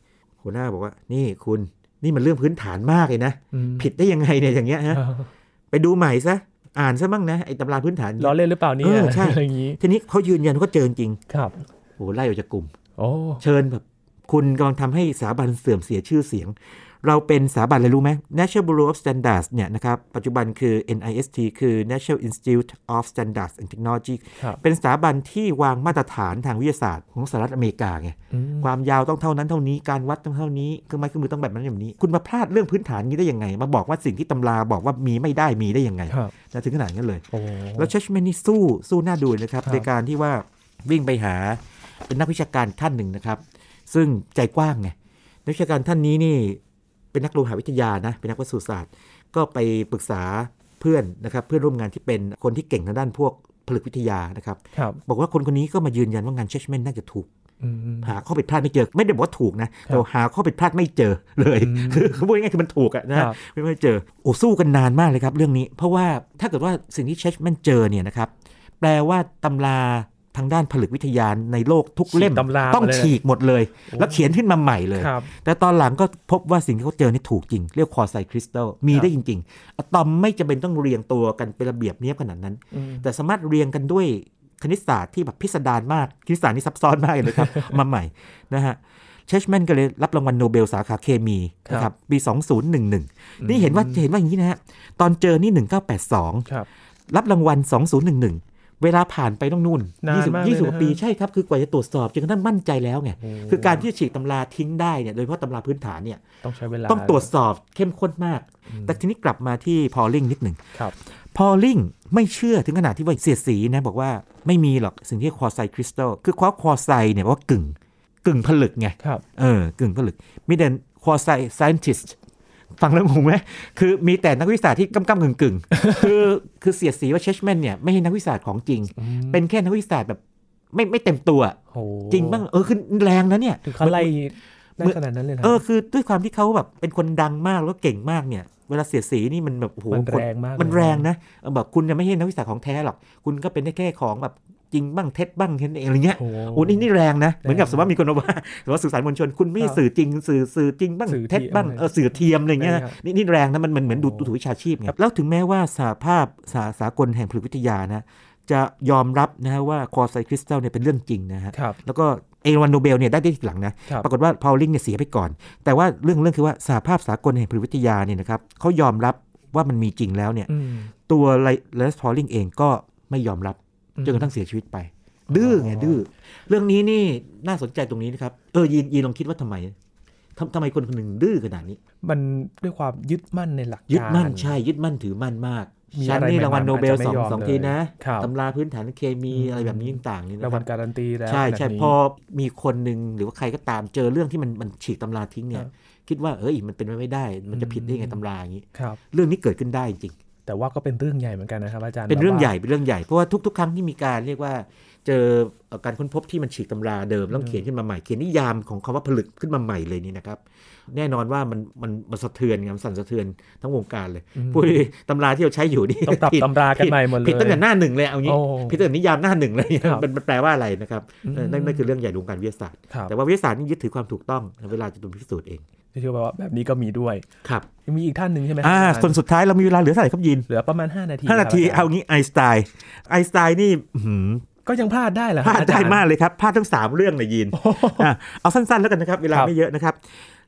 หัวหน้าบอกว่านี่คุณนี่มันเรื่องพื้นฐานมากเลยนะ
อืม
ผิดได้ยังไงเนี่ยอย่างเงี้ยฮะ
อ่า
ไปดูใหม่ซะ อ่านซะมั่งนะ ไอ้ตำราพื้นฐานเนี่ย
ล้อเล่นหรือเปล่าเนี่
เอย อใช่
อะไรอย่างนี้
ทีนี้เขายืนยันว่าเขาเจอจริง
ครับ
โอ้โหไล่ออกจากกลุ่ม
โอ้
เชิญแบบ คุณกำลังทำให้สถาบันเสื่อมเสียชื่อเสียง เราเป็นสถาบันอะไรรู้ไหม National Bureau of Standards เนี่ยนะครับ ปัจจุบันคือ NIST คือ National Institute of Standards and Technology
ครับ
เป็นสถาบันที่วางมาตรฐานทางวิทยาศาสตร์ของสหรัฐอเมริกาไง
อืม
ความยาวต้องเท่านั้นเท่านี้ การวัดต้องเท่านี้เครื่องไม้เครื่องมือต้องแบบนั้นแบบนี้ คุณมาพลาดเรื่องพื้นฐานนี้ได้ยังไง มาบอกว่าสิ่งที่ตำราบอกว่ามีไม่ได้มีได้ยังไง
ครับ
นะถึงขนาดนั้นเลย
โอ้
แล้วเชชแมนนี่สู้สู้หน้าดูนะครับ
ครับ
ในการที่ว่าวิ่งไปหาเป็นนักวิชาการท่านหนึ่งนะครับ ซึ่งใจกว้างไงนักวิชาการท่านนี้นี่เป็นนักโลหะวิทยานะเป็นนักวัสดุศาสตร์ ก็ไปปรึกษาเพื่อนนะครับ เพื่อนร่วมงานที่เป็นคนที่เก่งทางด้านพวกผลึกวิทยานะครับ
ครับ
บอกว่าคนคนนี้ก็มายืนยันว่างานเชชแมนน่าจะถูก
อืม
หาข้อผิดพลาดไม่เจอไม่ได้บอกว่าถูกนะแต่หาข้อผิดพลาดไม่เจอเลยคือ คือพูดง่ายๆคือมันถูกอะนะ
ครับ
ไม่ไม่เจอโอ้สู้กันนานมากเลยครับ เรื่องนี้ เพราะว่าถ้าเกิดว่าสิ่งที่เชชแมนเจอเนี่ยนะครับ แปลว่าตำราทางด้านผลึกวิทยาในโลกทุกเล่ม
ฉีกตำรา
ต้อง
มาเลยนะ
ฉีกหมดเลย
โอ้
แล้วเขียนขึ้นมาใหม่เลย
ครับ
แต่ตอนหลังก็พบว่าสิ่งที่เขาเจอนี่ถูกจริง เรียกคอไซคริสตัลมี
ครับ
ได้จริง ๆอะตอมไม่จำเป็นต้องเรียงตัวกันเป็นระเบียบเนี้ยบขนาดนั้น
อืม
แต่สามารถเรียงกันด้วยคณิตศาสตร์ที่แบบพิสดารมากคณิตศาสตร์นี่ซับซ้อนมากเลยครับ เอามาใหม่นะฮะเชชแมนก็เลยรับรางวัลโนเบลสาขาเคมีนะครับปี 2011 นี่เห็นว่าเห็นว่าอย่างนี้นะฮะตอนเจอนี่ 1982
ครับ
รับรางวัล 2011 เวลาผ่านไปต้องนู่น
นานมากเลยนะ
20 20กว่าปีใช่ครับ คือกว่าจะตรวจสอบจนกระทั่งมั่นใจแล้วไง
โอ้
คือการที่จะฉีกตำราทิ้งได้เนี่ย โดยเฉพาะตำราพื้นฐานเนี่ย
ต้องใช้เวลา
ต้องตรวจสอบเข้มข้นมาก แต่ทีนี้กลับมาที่พอลลิงนิดหนึ่ง
ครับ
พอลลิงไม่เชื่อถึงขนาดที่ว่าเสียดสีนะ บอกว่าไม่มีหรอกสิ่งที่ควอไซคริสตัล คือความควอไซเนี่ยแปลว่ากึ่ง กึ่งผลึกไง
ครับ
เออกึ่งผลึก มีแต่ควอไซไซนติสฟังแล้วงงไหมคือมีแต่นักวิชาสตร์ที่กำกำกึ่งกึ่งๆ คือคือเสียดสีว่าเชชแมนเนี่ยไม่ใช่นักวิชาสตร์ของจริง
อืม
เป็นแค่นักวิชาสตร์แบบไม่ไม่เต็มตัว
โอ้
จริงบ้างเออคือแรงนะเนี่ย
ถึงขั้นไล่ได้
เหมือน
ขนาดนั้นเลยนะ
เออคือด้วยความที่เขาแบบเป็นคนดังมากแล้วก็เก่งมากเนี่ย เวลาเสียดสีนี่มันแบบโอ้โห
มัน
ค
แรงมาก
มัน
เลยะ
แรงนะเออแบบคุณจะไม่ใช่นักวิชาของแท้หรอก คุณก็เป็นได้แค่ของแบบจริงบ้างเท็จบ้างแค่นั้นเองอะไรเงี้ย
โอ้
โอ้นี่นี่แรงนะ เหมือนกับสมมติว่ามีคนมาว่า สมมติว่าสื่อสารมวลชนคุณไม่ใช่สื่อจริงสื่อสื่อจริงบ้าง
สื่อเทียม
เท็จบ้างเออสื่อเทียมอะไรเงี้ยนะ
ใช่ครับ
นี่นี่แรงนะมันมันเหมือนดู
โอ้
ดูถูกวิชาชีพไงแล้วถึงแม้ว่าสหภาพสาสากลแห่งพฤกษวิทยานะจะยอมรับนะฮะว่าคอไซคริสตัลเนี่ยเป็นเรื่องจริงนะฮะ
ครับ
แล้วก็เอราวันโนเบลเนี่ยได้ได้ทีหลังนะ
ครับ
ปรากฏว่าพาวลิงเนี่ยเสียไปก่อน แต่ว่าเรื่องเรื่องคือว่าสหภาพสากลแห่งพฤกษวิทยาเนี่ยนะครับเขายอมรับว่ามันมีจริงแล้วเนี่ย
อืม
ตัวไลเลสพอลลิงเองก็ไม่ยอมรับ
อืม
จนกระทั่งเสียชีวิตไป ดื้อไง
อ๋อ
ดื้อเรื่องนี้นี่น่าสนใจตรงนี้นะครับ เออยีนยีนลองคิดว่าทำไมทำทำไมคนคนหนึ่งดื้อขนาดนี้
มันด้วยความยึดมั่นในหลักการ
ยึดมั่นใช่ยึดมั่นถือมั่นมาก
มี
ฉัน
อะไร
นี่รางวัล
ใหม่ๆ
โนเบล
อาจจะไม่
สอง
ยอม
สองทีนะ
เลยครับ
ตำราพื้นฐานเคมี
อืม
อะไรแบบนี้ต่างๆนี่นะค
ราง
รับ
วัลการันตีแล้ว
ใช่
ขนาด
ใช่
นี้
พอมีคนหนึ่งหรือว่าใครก็ตามเจอเรื่องที่มันมันฉีกตำราทิ้งเนี่
ครั
ย
บ
คิดว่าเอ้ยมันเป็นไปไม่ได้ มันจะผิดได้ยังไง
อืม
ตำราอย่างนี้
ครับ
เรื่องนี้เกิดขึ้นได้จริง
แต่ว่าก็เป็นเรื่องใหญ่เหมือนกันนะครับอาจารย์
เป็นเรื่อง
แบบว่า
ใหญ่เป็นเรื่องใหญ่เพราะว่าทุก ๆ ครั้งที่มีการเรียกว่า เจอเอ่อการค้นพบที่มันฉีกตำราเดิมแล้วเขียนขึ้นมาใหม่เขียนนิยามของคำว่าผลึกขึ้นมาใหม่เลยนี่นะครับ แน่นอนว่ามันมันมันสะเทือนไงมันสั่นสะเทือนทั้งวงการเลย
อืม
พูดดิตำราที่เราใช้อยู่นี่
ต้องปรับ
ผิด
ตำรากันใหม่หมดเลย
ผิดตั้งแต่หน้าหนึ่งเลยเอางี้
โอ้
ผิดตั้งแต่นิยามหน้าหนึ่งเลย
ครับ
มันมันแปลว่าอะไรนะครับเออนั่น
อืม
นั่นคือเรื่องใหญ่ของการวิทยาศาสตร์
ครับ
แต่ว่าวิทยาศาสตร์นี่ยึดถือความถูกต้องเวลาจะต้องพิสูจน์เอง
ที่ชื่อว่าแบบนี้ก็มีด้วย
ครับ
ยังมีอีกท่านหนึ่งใช่ไหม
อ่า
รับจรย์
คนสุดท้ายเรามีเวลาเหลือเท่าไหร่ครับยิน
เหลือประมาณ 5 นาที
ห้านาที
ครับ
เอางี้ไอน์สไตน์ไอน์สไตน์นี่อื้อหือ
ก็ยังพลาดได้เหรอ
พลาด
อจ
ได้
รย์
มากเลยครับพลาดทั้งสามเรื่องเลยยิน อ่ะเอาสั้นๆแล้วกันนะครับ เวลา
ครับ
ไม่เยอะนะครับ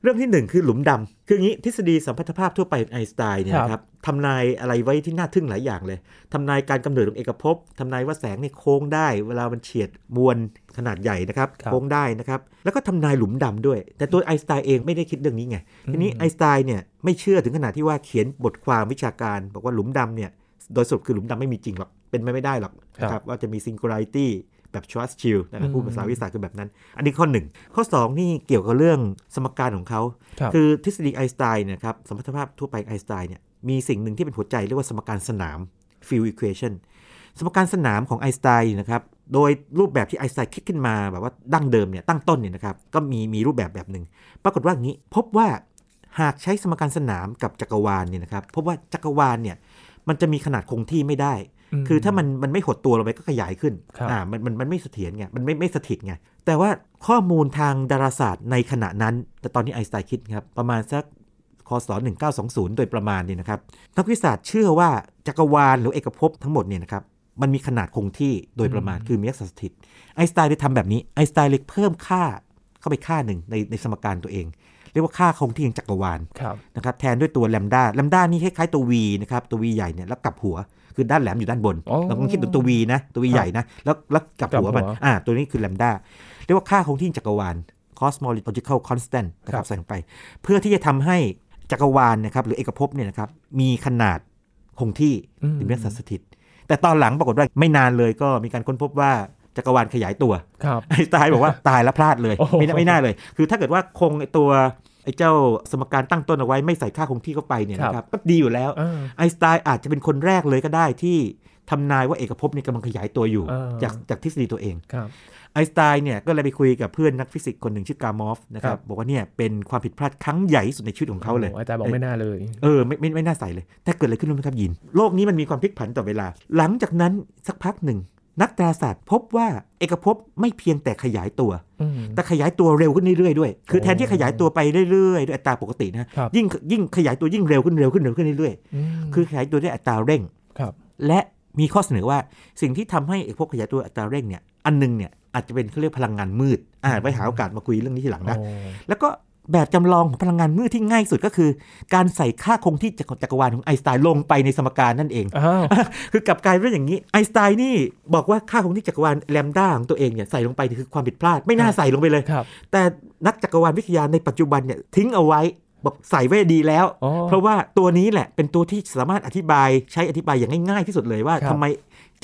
เรื่องที่หนึ่งคือหลุมดำคืออย่างนี้ทฤษฎีสัมพัทธภาพทั่วไปของไอน์สไตน์เนี่ย
ครับ
นะครับทำนายอะไรไว้ที่น่าทึ่งหลายอย่างเลยทำนายการกำเนิดของเอกภพทำนายว่าแสงเนี่ยโค้งได้ เวลามันเฉียดมวลขนาดใหญ่นะครับ
ครับ
โค้งได้นะครับ แล้วก็ทำนายหลุมดำด้วย แต่ตัวไอน์สไตน์เองไม่ได้คิดเรื่องนี้ไง ทีนี้ไอน์สไตน์เนี่ยไม่เชื่อถึงขนาดที่ว่าเขียนบทความวิชาการ บอกว่าหลุมดำเนี่ย โดยสรุปคือหลุมดำไม่มีจริงหรอก เป็นไปไม่ได้หรอกนะ
ค
ค
รั
รั
บบ
ว่าจะมีซิงคูลาริตี้แบบชวัสชิลนะครับ
อืม
พูดภาษาวิทยาศาสตร์คือแบบนั้น อันนี้ข้อหนึ่งข้อสองนี่เกี่ยวกับเรื่องสมการของเขา
ครับ
อทฤษฎีไอน์สไตน์เนยครับสมมติภาพทั่วไปไอน์สไตน์เนี่ยมีสิ่งหนึ่งที่เป็นหัวใจเรียกว่าสมการสนาม field equation สมการสนามของไอน์สไตน์นะครับ โดยรูปแบบที่ไอน์สไตน์คิดขึ้นมาแบบว่าดั้งเดิมเนี่ยตั้งต้นเนี่ยนะครับ ก็มีมีรูปแบบแบบหนึ่ง ปรากฏว่าอย่างนี้พบว่าหากใช้สมการสนามกับจักรวาลเนี่ยนะครับพบว่าจักรวาลเนี่ยมันจะมีขนาดคงที่ไม่ได้
ม
คือถ้ามันมันไม่หดตัวลงไปก็ขยายขึ้น
ครับ
อ่ามันมันมันไม่เสถียรไง มันไม่ไม่เสถิตไง แต่ว่าข้อมูลทางดาราศาสตร์ในขณะนั้น แต่ตอนนี้ไอน์สไตน์คิดครับ ประมาณสักคศ1920 โดยประมาณเนี่ยนะครับ นักวิทยาศาสตร์เชื่อว่าจักรวาลหรือเอกภพทั้งหมดเนี่ยนะครับ มันมีขนาดคงที่โดยประมาณคือมีลักษณะสถิต ไอน์สไตน์เลยทำแบบนี้ ไอน์สไตน์เลยเพิ่มค่าเข้าไปค่าหนึ่งในในสมการตัวเอง เรียกว่าค่าคงที่ของจักรวาล
ครับ
นะครับแทนด้วยตัวแลมดาแลมดานี่คล้ายๆตัว V นะครับตัว V ใหญ่เนี่ยแล้วกลับหัวคือด้านแหลมอยู่ด้านบน
อ๋อ
เราลองคิดถึงตัว V นะตัว V ใหญ่นะแล้วแล้วกลับหัวมั
กลั
น
บหัว
อ่าตัวนี้คือแลมดาเรียกว่าค่าคงที่จักรวาล cosmological constant นะค
ครั
รับบ ใส่ลงไป เพื่อที่จะทำให้จักรวาลนะครับหรือเอกภพเนี่ยนะครับมีขนาดคงที่
อืม
ถึงเรียกสัตว์สถิต แต่ตอนหลังปรากฏว่าไม่นานเลยก็มีการค้นพบว่าจักรวาลขยายตัว
ครับ
ไอน์สไตล์ บอกว่า ตายแล้วพลาดเลย
โอ้โห
ไม่น่าไม่น่าเลย คือถ้าเกิดว่าคงไอตัวไอเจ้าสมการตั้งต้นเอาไว้ไม่ใส่ค่าคงที่เข้าไปเนี่ยนะครับก็ดีอยู่แล้ว
อ่า
ไอน์สไตล์อาจจะเป็นคนแรกเลยก็ได้ที่ทำนายว่าเอกภพเนี่ยกำลังขยายตัวอยู่
เออ
จากจากทฤษฎีตัวเอง
ครับ
ไอน์สไตล์เนี่ยก็เลยไปคุยกับเพื่อนนักฟิสิกส์คนหนึ่งชื่อกามอฟนะค
ครั
รับ บบอกว่าเนี่ยเป็นความผิดพลาดครั้งใหญ่ที่สุดในชีวิตของเขาเลย
โอาจารย์บอกไม่น่าเลย
เออไม่ไม่ไม่น่าใส่เลย แต่เกิดอะไรขึ้นรู้ไหมครับยิน โลกนี้มันมีความพลิกผันต่อเวลา หลังจากนั้นสักพักหนึ่ง นักดาราศาสตร์พบว่าเอกภพไม่เพียงแต่ขยายตัว
อืม
แต่ขยายตัวเร็วขึ้นเรื่อยๆด้วย คือแทนที่ขยายตัวไปเรื่อยๆด้วยอัตราปกตินะครับ ยิ่งยิ่งขยายตัวยิ่งเร็วขึ้นเร็วขึ้นเร็วขึ้นเรื่อย
ม
ๆ คือขยายตัวด้วยอัตราเร่ง
ครับ
และมีข้อเสนอว่าสิ่งที่ทำให้เอกภพขยายตัวอัตราเร่งเนี่ยอันหนึงเนี่ยอาจจะเป็นเขาเรียกพลังงานมืดอ่าไว้หาโอกาสมาคุยเรื่องนี้ทีหลังนะ
โอ้
แล้วก็แบบจำลองของพลังงานมืดที่ง่ายสุดก็คือ การใส่ค่าคงที่จากจักรวาลของไอน์สไตน์ลงไปในสมการนั่นเอง
อ้าว
คือกลับกลายเป็นอย่างนี้ไอน์สไตน์นี่บอกว่าค่าคงที่จักรวาลแลมด้าของตัวเองเนี่ยใส่ลงไปนี่คือความผิดพลาดไม่น่า
ครับ
ใส่ลงไปเลย
ครับ
แต่นักจักรวาลวิทยาในปัจจุบันเนี่ยทิ้งเอาไว้บอกใส่ไว้ดีแล้ว
อ๋อ
เพราะว่าตัวนี้แหละเป็นตัวที่สามารถอธิบายใช้อธิบายอย่างง่ายๆที่สุดเลยว่า
ครับ
ทำไม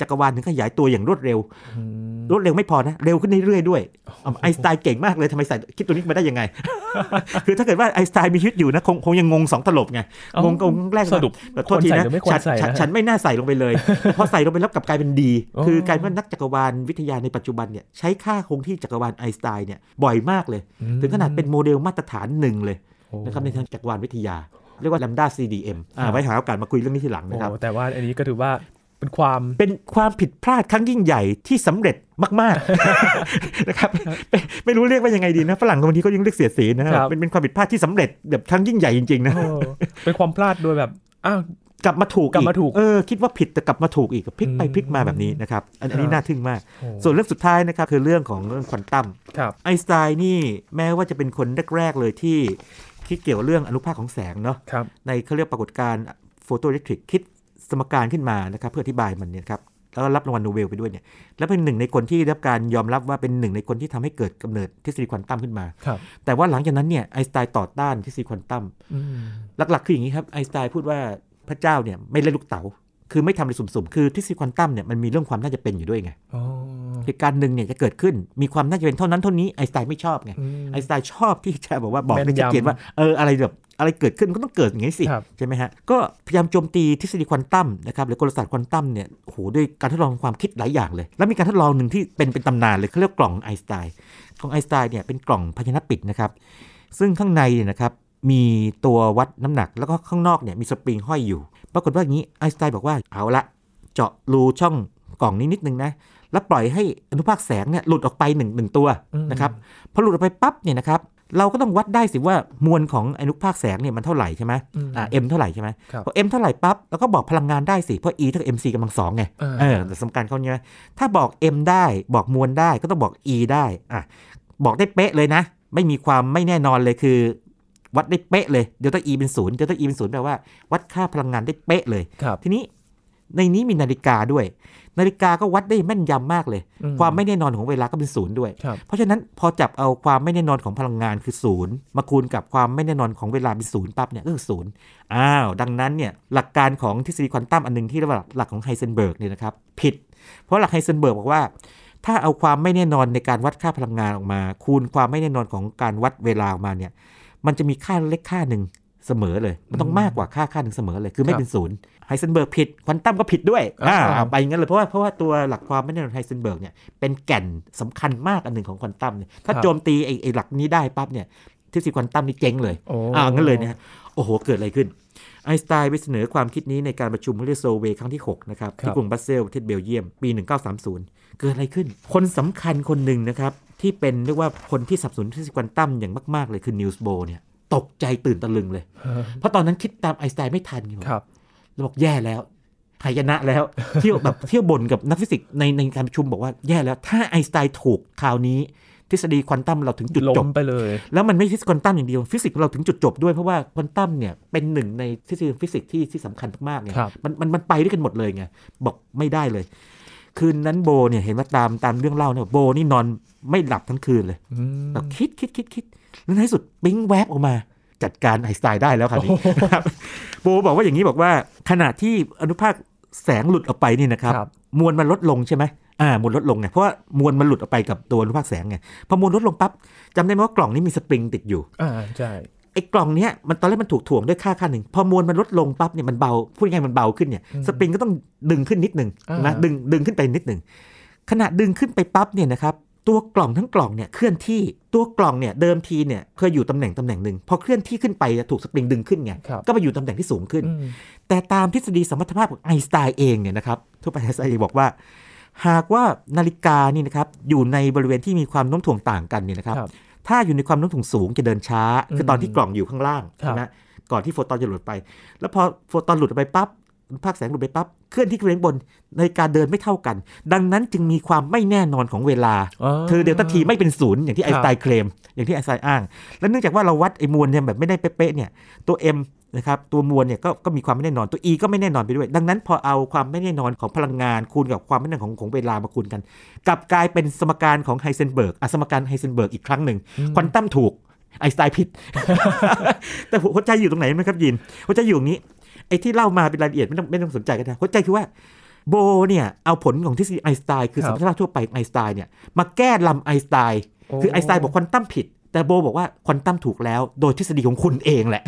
จักรวาลถึงขยายตัวอย่างรวดเร็ว
อืม
รวดเร็วไม่พอนะ เร็วขึ้นเรื่อยๆด้วยเอาไอน์สไตน์เก่งมากเลยทำไมใส่คิดตัวนี้มาได้ ยังไง คือถ้าเกิดว่าไอน์สไตน์มีชีวิตอยู่นะคงคงยังงงสองตลบไง
เอ้าง
งงงแรก
สรุป
แบบ
ควรใส่หรือไม่ควร
ฉัน
ใส่นะ
ฉันฉันไม่น่าใส่ลงไปเลย แต่พอใส่ลงไปแล้วกลับกลายเป็นดี
อ๋อ
คือกลายเป็นว่านักจักรวาลวิทยาในปัจจุบันเนี่ยใช้ค่าคงที่จักรวาลไอน์สไตน์เนี่ยบ่อยมากเลย ถึงขนาดเป็นโมเดลมาตรฐานหนึ่งเลย
โอ้
นะครับในทางจักรวาลวิทยา เรียกว่า lambda CDM อ่า
ครับ
ไว้หาโอกาสมาคุยเรื่องนี้ทีหลังนะครับ
โอ้แต่ว่าอันนี้ก็ถือว่าเป็นความ
เป็นความผิดพลาดครั้งยิ่งใหญ่ที่สำเร็จมาก ๆ นะครับเป็นไม่รู้เรียกว่ายังไงดีนะฝรั่งบางทีก็ยังเรียกเสียดสีนะค
ครั
รับบ เป็นเป็นความผิดพลาดที่สำเร็จแบบครั้งยิ่งใหญ่จริง ๆ นะ
โอ้เป็นความพลาดโดยแบบ อ้าว
กลับมาถูก
กลับมาถูก
เออคิดว่าผิดแต่กลับมาถูกอีกพลิกไป
อืม
พลิกมาแบบนี้นะครับอันอั
ค
นนี้
รับ
น่าทึ่งมาก
โอ้
ส่วนเรื่องสุดท้ายนะครับคือเรื่องของเรื่องควอนตัม
ครับ
ไอน์สไตน์นี่แม้ว่าจะเป็นคนแรก ๆ เลยที่คิดเกี่ยวกับเรื่องอนุภาคของแสงเนาะ
ครับ
ในเขาเรียกปรากฏการณ์โฟโตอิเล็กทริกคิดสมการขึ้นมานะครับเพื่ออธิบายมันเนี่ยครับแล้วก็รับรางวัลโนเบลไปด้วยเนี่ยแล้วเป็นหนึ่งในคนที่ได้รับการยอมรับว่าเป็นหนึ่งในคนที่ทำให้เกิดกำเนิดทฤษฎีควอนตัมขึ้นมา
ครับ
แต่ว่าหลังจากนั้นเนี่ยไอน์สไตน์ต่อต้านทฤษฎีควอนตัม
อืม
หลักๆคืออย่างนี้ครับไอน์สไตน์พูดว่าพระเจ้าเนี่ยไม่เล่นลูกเต๋าคือไม่ทำอะไรสุ่มๆ คือทฤษฎีควอนตัมเนี่ยมันมีเรื่องความน่าจะเป็นอยู่ด้วยไง
อ๋อ
เหตุการณ์หนึ่งเนี่ยจะเกิดขึ้นมีความน่าจะเป็นเท่านั้นเท่านี้ไอน์สไตน์ไม่ชอบไง
อืม
ไอน์สไตน์ชอบที่จะบอกว่าบอก
แม่น
ได้ชัดเจน
ยำ
ว่าเอออะไรแบบอะไรเกิดขึ้นมันก็ต้องเกิดอย่างนี้สิ
ครับ
ใช่ไหมฮะ ก็พยายามโจมตีทฤษฎีควอนตัมนะครับหรือกลศาสตร์ควอนตัมเนี่ยโอ้โหด้วยการทดลองความคิดหลายอย่างเลย แล้วมีการทดลองหนึ่งที่เป็นเป็นตำนานเลยเขาเรียกกล่องไอน์สไตน์กล่องไอน์สไตน์เนี่ยเป็นกล่องภาชนะปิดนะครับซึ่งข้างในเนี่ยนะครับมีตัววัดน้ำหนักแล้วก็ข้างนอกเนี่ยมีสปริงห้อยอยู่ ปรากฏว่าอย่างนี้ไอน์สไตน์บอกว่าเอาละเจาะรูช่องกล่องนี้นิดนึงนะแล้วปล่อยให้อนุภาคแสงเนี่ยหลุดออกไปหนึ่งหนึ่งตัว
อืม
นะครับ พอหลุดออกไปปั๊บเนี่ยนะครับเราก็ต้องวัดได้สิว่ามวลของอนุภาคแสงเนี่ยมันเท่าไหร่ใช่ไหม
อืม
อ่าเอ็มเท่าไหร่ใช่ไหม
ครับ
พอเอ็มเท่าไหร่ปั๊บเราก็บอกพลังงานได้สิ เพราะ E เท่ากับ mc กำลังสองไง
อ่า
เออแต่สมการเขาเนี่ยนะถ้าบอก m ได้บอกมวลได้ก็ต้องบอก e ได้อ่ะบอกได้เป๊ะเลยนะ ไม่มีความไม่แน่นอนเลยคือ วัดได้เป๊ะเลยเดลต้า e เป็นศูนย์เดลต้า e เป็นศูนย์แปลว่าวัดค่าพลังงานได้เป๊ะเลย
ครับ
ทีนี้ในนี้มีนาฬิกาด้วย นาฬิกาก็วัดได้แม่นยำมากเลย
อื
ความไม่แน่นอนของเวลาก็เป็นศูนย์ด้วย
ครับ
เพราะฉะนั้นพอจับเอาความไม่แน่นอนของพลังงานคือศูนย์มาคูณกับความไม่แน่นอนของเวลาเป็นศูนย์ปั๊บเนี่ยก็คือศูนย์อ้าว ดังนั้นเนี่ยหลักการของทฤษฎีควอนตัมอันหนึงที่เรียกว่าหลักของไฮเซนเบิร์กเนี่ยนะครับผิด เพราะหลักไฮเซนเบิร์กบอกว่า ถ้าเอาความไม่แน่นอนในการวัดค่าพลังงานออกมา คูณความไม่แน่นอนของการวัดเวลาออกมาเนี่ยมันจะมีค่าเล็กค่าหนึ่งเสมอเลย มันต้อง
อืม
มากกว่าค่าค่าหนึ่งเสมอเลยคือ
ค
ไม่
รับ
เป็นศูนย์ไฮเซนเบิร์กผิดควอนตัมก็ผิดด้วยอ่า
อ่า
เอาไปอย่างนั้นเลยเพราะว่าเพราะว่าตัวหลักความไม่แน่นอนไฮเซนเบิร์กเนี่ยเป็นแก่นสำคัญมากอันหนึ่งของควอนตัมเนี่ยถ้า
ครับ
โจมตีไอ้ไอ้หลักนี้ได้ปั๊บเนี่ยทฤษฎีควอนตัมนี่เจ๊งเลย
โอ้
อ่างั้นเลยนะฮะโอ้โห เกิดอะไรขึ้น ไอน์สไตน์ไปเสนอความคิดนี้ในการประชุมเรียกโซเวย์ครั้งที่ 6 นะครับ ที่กรุงบรัสเซลส์ประเทศเบลเยียม ปี 1930 เกิดอะไรขึ้น คนสำคัญคนหนึ่งนะครับ ที่เป็นเรียกว่าคนที่สนับสนุนทฤษฎีควอนตัมอย่างมาก ๆ เลยคือนิวส์โบเนี่ย ตกใจตื่นตะลึงเลย เพราะตอนนั้นคิดตามไอน์สไตน์ไม่ทันไง
ครับ
แล้วบอกแย่แล้วหายนะแล้ว เที่ยวแบบเที่ยวบ่นกับนักฟิสิกส์ในในการประชุมบอกว่าแย่แล้ว ถ้าไอน์สไตน์ถูกคราวนี้ ทฤษฎีควอนตัมเราถึงจุด
ล้
จ
ม
บ
ไปเลย
แล้วมันไม่ใช่ควอนตัมอย่างเดียวฟิสิกส์เราถึงจุดจบด้วยเพราะว่าควอนตัมเนี่ยเป็นหนึ่งในทฤษฎีฟิสิกส์ที่ที่สำคัญมากๆไง
ครับ
มันมันมันไปด้วยกันหมดเลยไงบอกไม่ได้เลย คืนนั้นโบเนี่ยเห็นว่าตามตามเรื่องเล่าเนี่ยโบนี่นอนไม่หลับทั้งคืนเลย
อืม
แบบคิดคิดคิดคิดแล้วในที่สุดปิ๊งแวบออกมา จัดการไอน์สไตน์ได้แล้วครับ
โอ้โห
ครับโบบอกว่าอย่างนี้บอกว่าขณะที่อนุภาคแสงหลุดออกไปนี่นะครับ
ครับ
มวลมันลดลงใช่ไหมอ่ามวลลดลงไงเพราะว่ามวลมันหลุดออกไปกับตัวอนุภาคแสงไงพอมวลลดลงปั๊บจำได้ไหมว่ากล่องนี้มีสปริงติดอยู่
อ่าใช่
ไอ้กล่องเนี้ยมันตอนแรกมันถูกถ่วงด้วยค่าค่าหนึ่งพอมวลมันลดลงปั๊บเนี่ยมันเบาพูดง่ายๆมันเบาขึ้นเนี่ย
อืม
สปริงก็ต้องดึงขึ้นนิดหนึ่ง
อ่า
นะดึงดึงขึ้นไปนิดหนึ่งขณะดึงขึ้นไปปั๊บเนี่ยนะครับตัวกล่องทั้งกล่องเนี่ยเคลื่อนที่ตัวกล่องเนี่ยเดิมทีเนี่ยเคยอยู่ตำแหน่งตำแหน่งหนึ่งพอเคลื่อนที่ขึ้นไปจะถูกสปริงดึงขึ้นไง
ครับ
ก็ไปอยู่ตำแหน่งที่สูงขึ้น
อืม
แต่ตามทฤษฎีสมรรถภาพของไอน์สไตน์เองเนี่ยนะครับทั่วไปไอน์สไตน์เองบอกว่า หากว่านาฬิกานี่นะครับอยู่ในบริเวณที่มีความโน้มถ่วงต่างกันเนี่ยนะครับ
ครับ
ถ้าอยู่ในความโน้มถ่วงสูงจะเดินช้า
อืม
คือตอนที่กล่องอยู่ข้างล่าง
ครับ
ใช่ไหมก่อนที่โฟตอนจะหลุดไป แล้วพอโฟตอนหลุดไปปั๊บภาคแสงหลุดไปปั๊บเคลื่อนที่บริเวณบนในการเดินไม่เท่ากัน ดังนั้นจึงมีความไม่แน่นอนของเวลา คือเดลต้าทีไม่เป็นศูนย์อย่างที่ไอน์สไตน์เคลม อย่างที่ไอน์สไตน์อ้าง และเนื่องจากว่าเราวัดไอมวลเนี่ยแบบไม่ได้เป๊ะๆเนี่ยตัว m นะครับตัวมวลเนี่ยก็ก็มีความไม่แน่นอนตัว e ก็ไม่แน่นอนไปด้วย ดังนั้นพอเอาความไม่แน่นอนของพลังงานคูณกับความไม่แน่นอนของของเวลามาคูณกันกลับกลายเป็นสมการของไฮเซนเบิร์กอ่ะสมการไฮเซนเบิร์กอีกครั้งหนึ่งควอนตัมถูกไอน์สไตน์ผิด แต่หัวใจอยู่ตรงไหนไหมครับยินหัวใจอยู่อย่างนี้ไอ้ที่เล่ามาเป็นรายละเอียดไม่ต้องไม่ต้องสนใจกันนะหัวใจคือว่า โบเนี่ยเอาผลของทฤษฎีไอน์สไตน์คือ
ค
ส
รั
ม
บ
รรถภาพทั่วไปของไอน์สไตน์เนี่ยมาแก้ลำไอน์สไตน์
โอ้
คือไอน์สไตน์บอกควอนตัมผิด แต่โบบอกว่าควอนตัมถูกแล้ว โดยทฤษฎีของคุณเองแหละ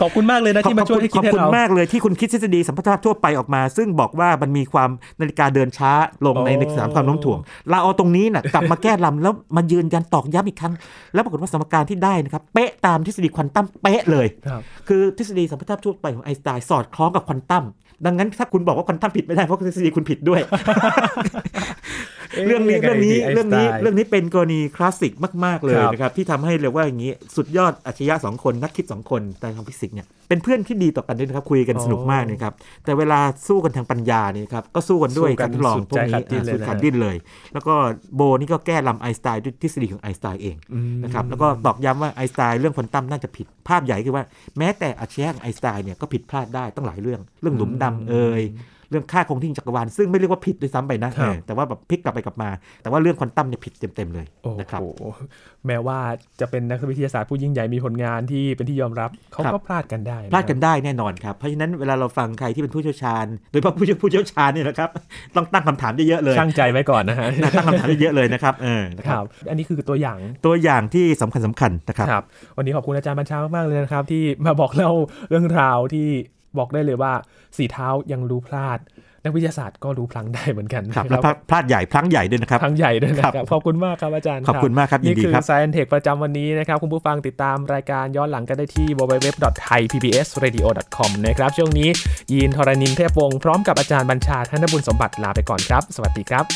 ขอบคุณมากเลยนะที่มาช่วยให้
ข
คิด
อบ
ให้
คุณ
เรา
มากเลยที่คุณคิดทฤษฎีสัมพัทธภาพทั่วไปออกมา ซึ่งบอกว่ามันมีความนาฬิกาเดินช้าลงใน
โอ้
ในสามความโน้มถ่วงเราเอาตรงนี้นะกลับมาแก้ลำแล้วมายืนยันตอกย้ำอีกครั้ง แล้วปรากฏว่าสมการที่ได้นะครับเป๊ะตามทฤษฎีควอนตัมเป๊ะเลย
ครับ
คือทฤษฎีสัมพัทธภาพทั่วไปของไอน์สไตน์สอดคล้องกับควอนตัมดังนั้นถ้าคุณบอกว่าควอนตัมผิดไม่ได้เพราะทฤษฎีคุณผิดด้วย เรื่องนี้เรื่องนี้เรื่องนี้เรื่องนี้เป็นกรณีคลาสสิกมาก ๆ เลย
ครับ
นะครับ ที่ทำให้เรียกว่าอย่างนี้ สุดยอดอัจฉริยะสองคนนักคิดสองคนทางฟิสิกส์เนี่ยเป็นเพื่อนที่ดีต่อกันด้วยนะครับ คุยกัน
อ๋อ
สนุกมากนะครับ แต่เวลาสู้กันทางปัญญาเนี่ยครับก็สู้กันด้วย
สู้กั
กานรทดลอง
สุด
พวก
ใจขาด
นี้
ดิ้นเลย
สุดขาด
นะ
ดิ้นเลย แล้วก็โบนี่ก็แก้ลำไอน์สไตน์ด้วยทฤษฎีของไอน์สไตน์เอง นะครับแล้วก็ตอกย้ำว่าไอน์สไตน์เรื่องควอนตัมน่าจะผิดภาพใหญ่คือว่าแม้แต่อาชญากรรมไอน์สไตน์เนี่ยก็ผิดพลาดได้ตั้งหลายเรื่อง เรื่องหลุมดำเอ่ยเรื่องค่าคงที่จักรวาลซึ่งไม่เรียกว่าผิดด้วยซ้ำไปนะครับ เออแต่ว่าแบบพลิกกลับไปกลับมา แต่ว่าเรื่องควอนตัมเนี่ยผิดเต็มๆเลย
โอ้
นะครับ
โหแม้ว่าจะเป็นนักวิทยาศาสตร์ผู้ยิ่งใหญ่มีผลงานที่เป็นที่ยอมรับเขา
ครับ
ก็พลาดกันได้ะ
พลาดกันได้แน่นอนครับ เพราะฉะนั้นเวลาเราฟังใครที่เป็นผู้เชี่ยวชาญ โดยเฉพาะผู้เชี่ยวผู้เชี่ยวชาญเนี่ยนะครับ ต้องตั้งคำถามเยอะๆเลย
ช่างใจไว้ก่อนนะฮะ
นะตั้งคำถามเยอะๆเลยนะครับเออนะ
ค
ค
รั
รับบ
อันนี้คือตัวอย่าง
ตัวอย่างที่สำคัญสคัญๆนะครับ
ครับ วันนี้ขอบคุณอาจารย์บัญชามาก ๆ เลยนะครับ ที่มาบอกเล่าเรื่องราวที่บอกได้เลยว่าสีเท้ายังรู้พลาด นักวิทยาศาสตร์ก็รู้พลังได้เหมือนกัน
ครับแล้วพลาดพลาดใหญ่พลั้งใหญ่ด้วยนะครับ
ครั้งใหญ่ด้วยนะค
ครั
รับบ ขอบคุณมากครับอาจารย์
ขอบคุณมากครับยิ
นี่
นดี
คือ
ครับ
Science Tech ประจำวันนี้นะครับ คุณผู้ฟังติดตามรายการย้อนหลังกันได้ที่ www.thaipbsradio.com นะครับช่วงนี้ยีนทรณินเทพวงศ์พร้อมกับอาจารย์บัญชาธนบุญสมบัติลาไปก่อนครับ สวัสดีครับ